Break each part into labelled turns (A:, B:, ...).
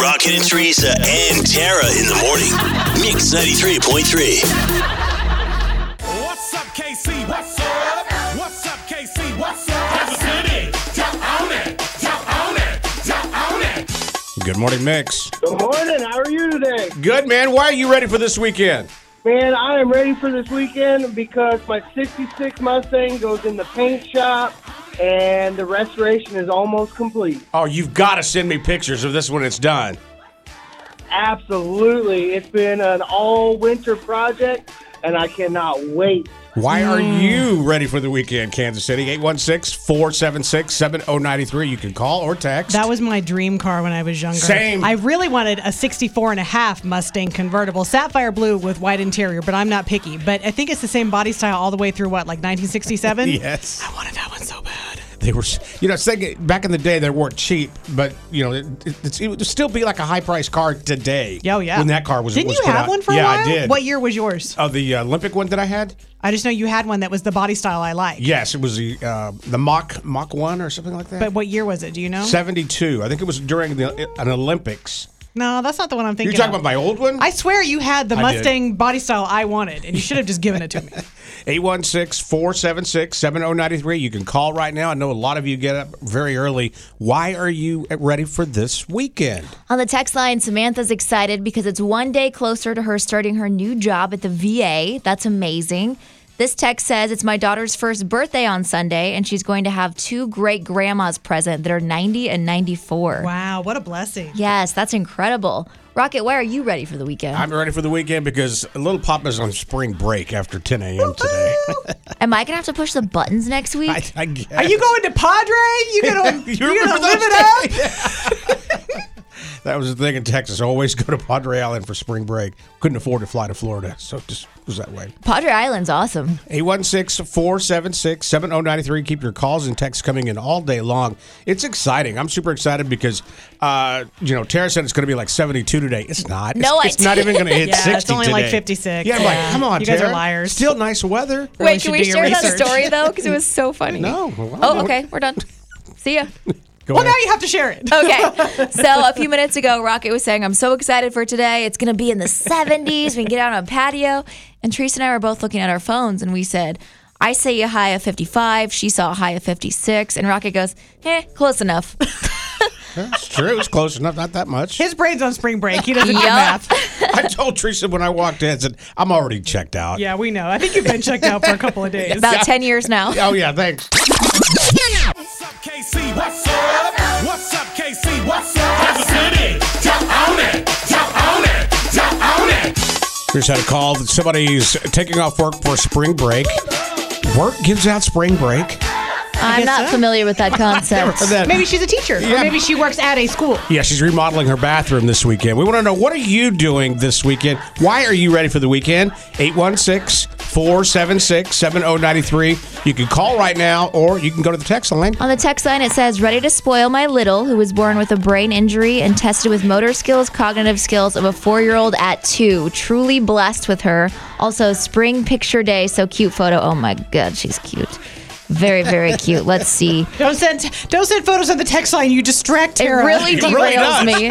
A: Rocket and Teresa and Tara in the morning. Mix 93.3.
B: What's up, KC? What's up? What's up, KC? What's up? Kansas City, jump on it, jump on it, jump on it.
C: Good morning, Mix.
D: Good morning. How are you today?
C: Good, man. Why are you ready for this weekend?
D: Man, I am ready for this weekend because my 66 Mustang goes in the paint shop and the restoration is almost complete.
C: Oh, you've got to send me pictures of this when it's done.
D: Absolutely. It's been an all winter project and I cannot wait.
C: Why are
E: Hmm.
C: you ready for the weekend, Kansas City? 816 476 7093. You can call or text.
E: That was my dream car when I was younger.
C: Same.
E: I really wanted a 64 and a half Mustang convertible, sapphire blue with white interior, but I'm not picky. But I think it's the same body style all the way through what, like 1967?
C: yes.
E: I wanted that one so bad.
C: They were, you know, it's like back in the day, they weren't cheap, but, you know, it, it's, it would still be like a high priced car today.
E: Yo, Oh, yeah.
C: When that car was
E: Didn't
C: was
E: you
C: put
E: have
C: out.
E: one for a
C: yeah,
E: while?
C: I did. Uh,
E: What year was yours?
C: Of the Olympic one that I had?
E: I just know you had one that was the body style I like.
C: Yes, it was the uh, the Mach, Mach 1 or something like that.
E: But what year was it? Do you know?
C: 72. I think it was during the an Olympics.
E: No, that's not the one I'm thinking.
C: You're talking
E: of.
C: about my old one?
E: I swear you had the
C: I did.
E: Mustang body style I wanted, and you should have just given it to me.
C: 816 476 7093. You can call right now. I know a lot of you get up very early. Why are you ready for this weekend?
F: On the text line, Samantha's excited because it's one day closer to her starting her new job at the VA. That's amazing. This text says it's my daughter's first birthday on Sunday, and she's going to have two great grandmas present that are 90 and 94.
E: Wow, what a blessing.
F: Yes, that's incredible. Rocket, why are you ready for the weekend?
C: I'm ready for the weekend because Little Papa's on spring break after 10 a.m. today.
F: Am I going to have to push the buttons next week?
C: I, I guess.
E: Are you going to Padre? You gonna you, gonna live it up?
C: up? that was the thing in Texas. Always go to Padre Island for spring break. Couldn't afford to fly to Florida, so it just was that way.
F: Padre Island's awesome.
C: 816 476 7093. Keep your calls and texts coming in all day long. It's exciting. I'm super excited because, uh, you know, Tara said it's going to be like 72 today. It's not.
F: No,
C: it's,
F: I
C: it's not
F: didn't.
C: even going to hit
E: Yeah, it's
C: 60.
E: only like
C: today.
E: 56.
C: Yeah, I'm
E: Yeah.
C: like, come on,
E: You guys are
C: Tara.
E: liars.
C: Still nice weather.
E: Really
F: Wait,
E: should
F: can we
E: do your
F: share that
E: research.
F: story, though? Because it was so funny.
C: No, well,
F: oh,
C: no.
F: okay. We're done. See ya.
C: Go
E: Well, now
C: ahead.
E: you have to share it.
F: Okay. So a few minutes ago, Rocket was saying, I'm so excited for today. It's going to be in the 70s. We can get out on a patio. And Teresa and I were both looking at our phones and we said, I say a high of 55. She saw a high of 56. And Rocket goes, eh, close enough.
C: It's true. It's close enough. Not that much.
E: His brain's on spring break. He doesn't do
F: Yup.
E: math.
C: I told Teresa when I walked in, I said, I'm already checked out.
E: Yeah, we know. I think you've been checked out for a couple of days.
F: About 10 years now.
C: Oh, yeah, thanks.
B: What's up, KC? What's up? What's up, KC? What's up? Kansas City, jump on it, jump on it, jump on it.
C: Here's how to call that somebody's taking off work for spring break. Work gives out spring break.
F: I'm not familiar with that concept.
C: And then-
E: Maybe she's a teacher,
C: Yeah.
E: or maybe she works at a school.
C: Yeah, she's remodeling her bathroom this weekend. We want to know what are you doing this weekend? Why are you ready for the weekend? 816-476-7093. You can call right now or you can go to the text line.
F: On the text line, it says, ready to spoil my little, who was born with a brain injury and tested with motor skills, cognitive skills of a four year old at two. Truly blessed with her. Also, spring picture day. So cute photo. Oh my God, she's cute. Very, very cute. Let's see.
E: Don't send don't send photos on the text line. You distract
F: It
E: Tara.
F: really
C: It really
F: derails me.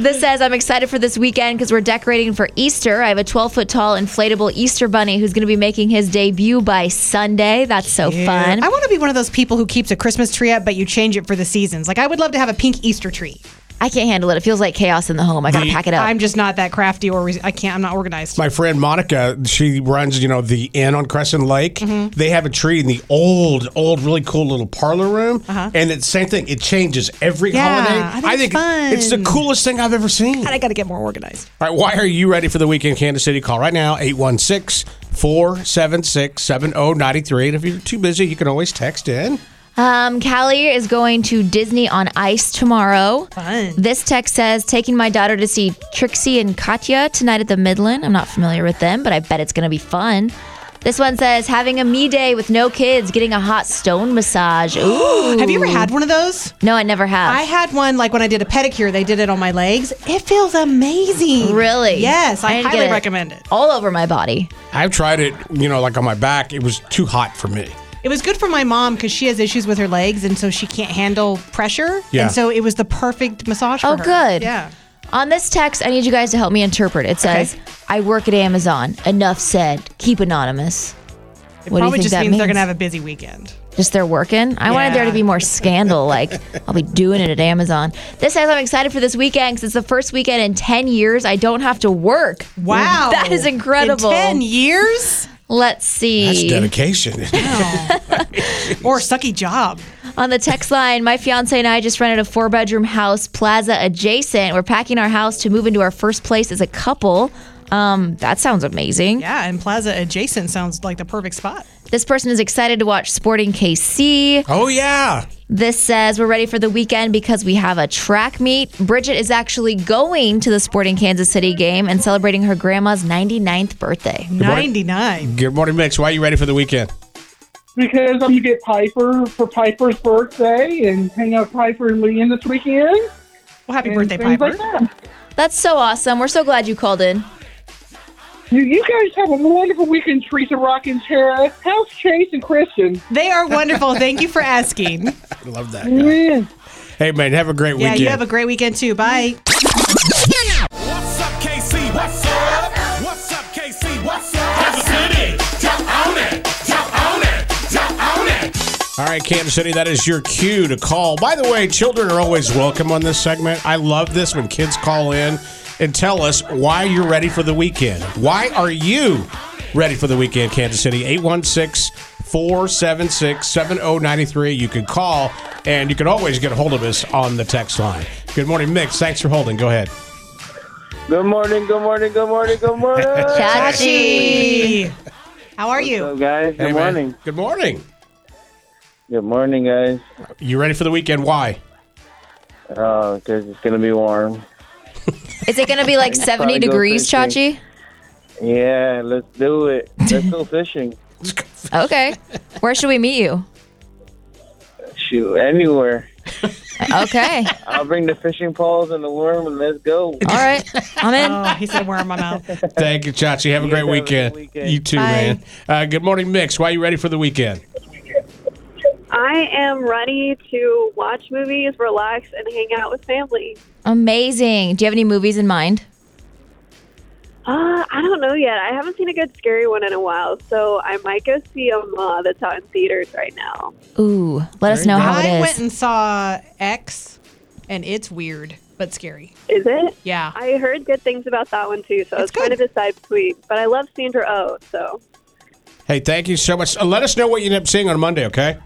F: This says, I'm excited for this weekend because we're decorating for Easter. I have a 12 foot tall inflatable Easter bunny who's going to be making his debut by Sunday. That's so fun.
E: I want to be one of those people who keeps a Christmas tree up, but you change it for the seasons. Like I would love to have a pink Easter tree.
F: I can't handle it. It feels like chaos in the home. I got to
C: The-
F: pack it up.
E: I'm just not that crafty, or re- I can't. I'm not organized.
C: My friend Monica, she runs, you know, the inn on Crescent Lake.
E: Mm-hmm.
C: They have a tree in the old, old, really cool little parlor room. And it's same thing. It changes every
E: Uh-huh. Yeah,
C: holiday.
E: I think it's fun.
C: it's the coolest thing I've ever seen.
E: I got to get more organized.
C: All right, why are you ready for the weekend Kansas City call right now? 816 476 7093. And if you're too busy, you can always text in.
F: Um, Callie is going to Disney on Ice tomorrow.
E: Fun.
F: This text says taking my daughter to see Trixie and Katya tonight at the Midland. I'm not familiar with them, but I bet it's going to be fun. This one says having a me day with no kids, getting a hot stone massage. Ooh.
E: Have you ever had one of those?
F: No, I never have.
E: I had one like when I did a pedicure. They did it on my legs. It feels amazing.
F: really?
E: Yes, I,
F: need to
E: highly
F: get
E: recommend it.
F: All over my body.
C: I've tried it, you know, like on my back. It was too hot for me.
E: It was good for my mom because she has issues with her legs, and so she can't handle pressure.
C: Yeah.
E: And so it was the perfect massage.
F: Oh,
E: for her.
F: good.
E: Yeah.
F: On this text, I need you guys to help me interpret. It says,
E: Okay.
F: I work at Amazon. Enough said. Keep anonymous.
E: It
F: What do you
E: probably
F: think
E: just
F: that
E: means, they're
F: means?
E: gonna have a busy weekend.
F: Just they're working. I wanted there to
E: Yeah.
F: be more scandal. Like, I'll be doing it at Amazon. This says I'm excited for this weekend because it's the first weekend in 10 years I don't have to work.
E: Wow,
F: That is incredible.
E: In Ten years
F: Let's see.
C: That's dedication.
E: or sucky job.
F: On the text line, my fiance and I just rented a four bedroom house, plaza adjacent. We're packing our house to move into our first place as a couple. Um, that sounds amazing.
E: Yeah, and Plaza adjacent sounds like the perfect spot.
F: This person is excited to watch Sporting KC.
C: oh yeah.
F: This says we're ready for the weekend because we have a track meet. Bridget is actually going to the Sporting Kansas City game and celebrating her grandma's 99th birthday.
E: Ninety nine.
C: Good morning, Mix. Why are you ready for the weekend?
D: Because I'm gonna get Piper for Piper's birthday and hang out with Piper and Leanne this weekend.
E: Well, happy
D: and
E: birthday,
D: things
E: Piper.
D: Like that.
F: That's so awesome. We're so glad you called in.
D: You, you guys have a wonderful weekend, Teresa Rock and Tara. How's Chase and Christian?
E: They are wonderful. Thank you for asking.
C: I love that.
D: Man.
C: Hey man, have a great
E: Yeah,
C: weekend.
E: you have a great weekend too. Bye.
B: What's up, KC? What's up? What's up, KC? What's up? Kansas City, jump on it, jump on it, jump on it.
C: All right, Kansas City, that is your cue to call. By the way, children are always welcome on this segment. I love this when kids call in and tell us why you're ready for the weekend. Why are you ready for the weekend, Kansas City? 816 476 7093. You can call and you can always get a hold of us on the text line. Good morning, Mix. Thanks for holding. Go ahead.
G: Good morning, good morning, good morning, good morning.
F: Chachi.
E: How are
G: What's up,
E: you?
G: guys? Good
C: Hey, man.
G: morning.
C: Good morning.
G: Good morning, guys.
C: You ready for the weekend? Why?
G: Oh, because it's going to be warm.
F: Is it going to be like 70
G: Probably go
F: degrees, Chachi?
G: fishing. Yeah, let's do it. Let's go fishing.
F: Okay. Where should we meet you?
G: Shoot, anywhere.
F: Okay.
G: I'll bring the fishing poles and the worm and let's go.
F: All right. I'm in.
E: Oh, he said worm my mouth.
C: Thank you, Chachi. Have a great
G: have a good
C: weekend.
G: weekend.
C: You too,
F: Bye.
C: man. Uh, good morning, Mix. Why are you ready for the weekend?
H: I am ready to watch movies, relax, and hang out with family.
F: Amazing. Do you have any movies in mind?
H: Uh, I don't know yet. I haven't seen a good scary one in a while, so I might go see a uh, that's out in theaters right now.
F: Ooh, let us know how
E: I
F: it
E: went
F: is.
E: and saw X, and it's weird but scary.
H: Is it?
E: Yeah.
H: I heard good things about that one too, so I was
E: It's good.
H: trying to decide between. But I love Sandra Oh, so
C: Hey, thank you so much. Uh, let us know what you end up seeing on Monday, okay?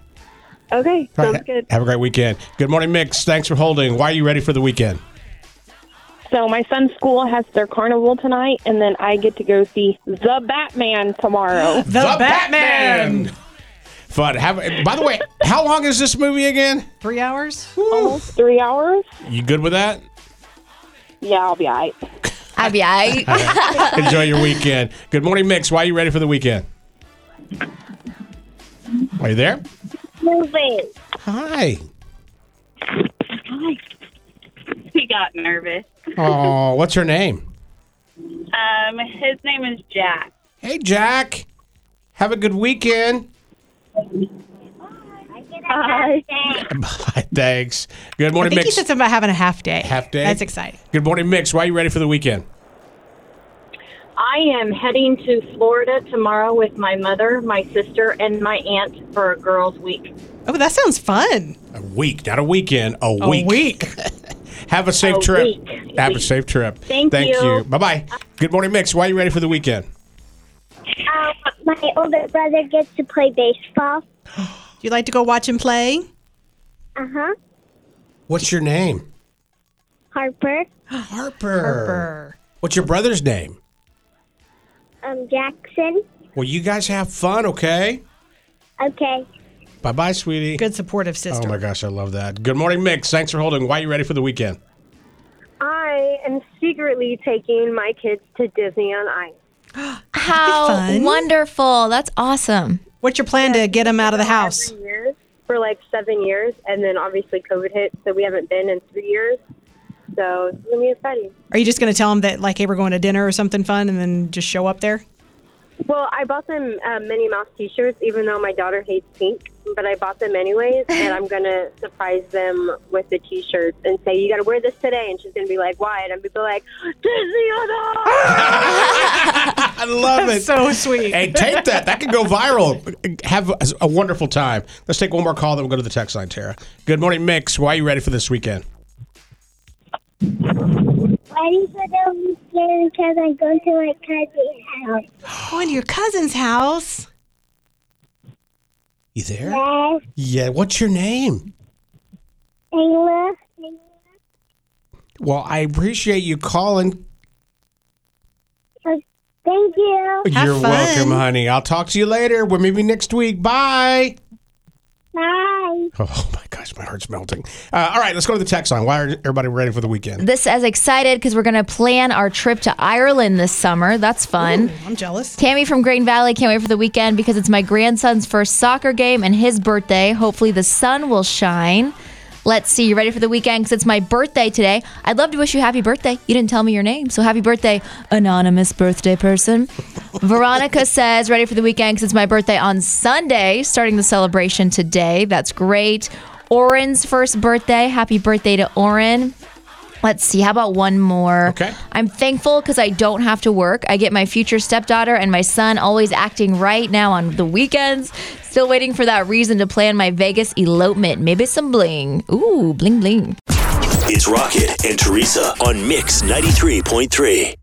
H: okay,
C: All
H: sounds
C: right.
H: good.
C: Have a great weekend. Good morning, Mix. Thanks for holding. Why are you ready for the weekend?
I: So my son's school has their carnival tonight, and then I get to go see the Batman tomorrow.
E: The, Batman.
C: Fun. Have, by the way, how long is this movie again?
E: Three hours.
I: Almost three hours.
C: You good with that?
I: Yeah, I'll be alright.
F: I'd be I.
C: Enjoy your weekend. Good morning, Mix. Why are you ready for the weekend? Are you there?
I: Moving.
C: Hi.
J: He got nervous.
C: Oh, what's her name?
J: Um, his name is Jack.
C: Hey, Jack. Have a good weekend.
J: Hi.
C: Bye. Thanks. Good
E: I
C: morning,
E: think he
C: Mix.
E: said something about having a half day.
C: Half day?
E: That's exciting.
C: Good morning, Mix. Why are you ready for the weekend?
J: I am heading to Florida tomorrow with my mother, my sister, and my aunt for a girls' week.
E: Oh, that sounds fun.
C: A week, not a weekend, a
E: A
C: week.
E: week.
C: Have a safe
J: A
C: trip.
J: week.
C: Have a
J: Week.
C: safe trip.
J: Thank you.
C: Bye bye. Good morning, Mix. Why are you ready for the weekend?
K: Um, my older brother gets to play baseball.
E: You like to go watch him play?
K: Uh huh.
C: What's your name?
K: Harper.
C: Harper.
E: Harper.
C: What's your brother's name?
K: Um, Jackson.
C: Well, you guys have fun, okay?
K: Okay.
C: Bye bye, sweetie.
E: Good supportive
C: Oh
E: sister.
C: my gosh, I love that. Good morning, Mix. Thanks for holding. Why are you ready for the weekend?
J: I am secretly taking my kids to Disney on Ice.
F: How
E: fun.
F: wonderful. That's awesome.
E: What's your plan to get him out of the house?
J: Every year for like seven years, and then obviously COVID hit, so we haven't been in three years. So it's gonna be exciting.
E: Are you just going to tell him that, like, hey, we're going to dinner or something fun and then just show up there?
L: um,
J: Well, I bought them uh, Minnie Mouse T-shirts, even though my daughter hates pink.
L: but I bought them anyways, and I'm gonna surprise them with the T-shirts and say, "You gotta wear this today," and she's gonna be like, "Why?" And I'm gonna be like, "Disney on ice!"
C: I love it.
E: So sweet.
C: Hey, take that. That could go viral. Have a wonderful time. Let's take one more call, then we'll go to the text line, Tara. Good morning, Mix. Why are you ready for this weekend?
K: Ready for the weekend because I'm going to my cousin's house.
E: Going to Oh, your cousin's house?
C: You there? Yeah. What's your name?
K: Ayla.
C: Well, I appreciate you calling.
K: Thank you.
C: You're welcome, honey. I'll talk to you later. Well, maybe next week. Bye.
K: Bye.
C: Oh my gosh, my heart's melting. Uh, all right, let's go to the text line. Why are everybody ready for the weekend?
F: This as excited because we're going to plan our trip to Ireland this summer. That's fun.
E: I'm jealous.
F: Tammy from Green Valley can't wait for the weekend because it's my grandson's first soccer game and his birthday. Hopefully, the sun will shine. Let's see, you ready for the weekend? Because it's my birthday today. I'd love to wish you happy birthday. You didn't tell me your name, so happy birthday, anonymous birthday person. Veronica says, ready for the weekend because it's my birthday on Sunday, starting the celebration today. That's great. Oren's first birthday. Happy birthday to Oren. Let's see. How about one more? Okay. I'm thankful because I don't have to work. I get my future stepdaughter and my son always acting right now on the weekends. Still waiting for that reason to plan my Vegas elopement. Maybe some bling. Ooh, bling bling.
A: It's Rocket and Teresa on Mix 93.3.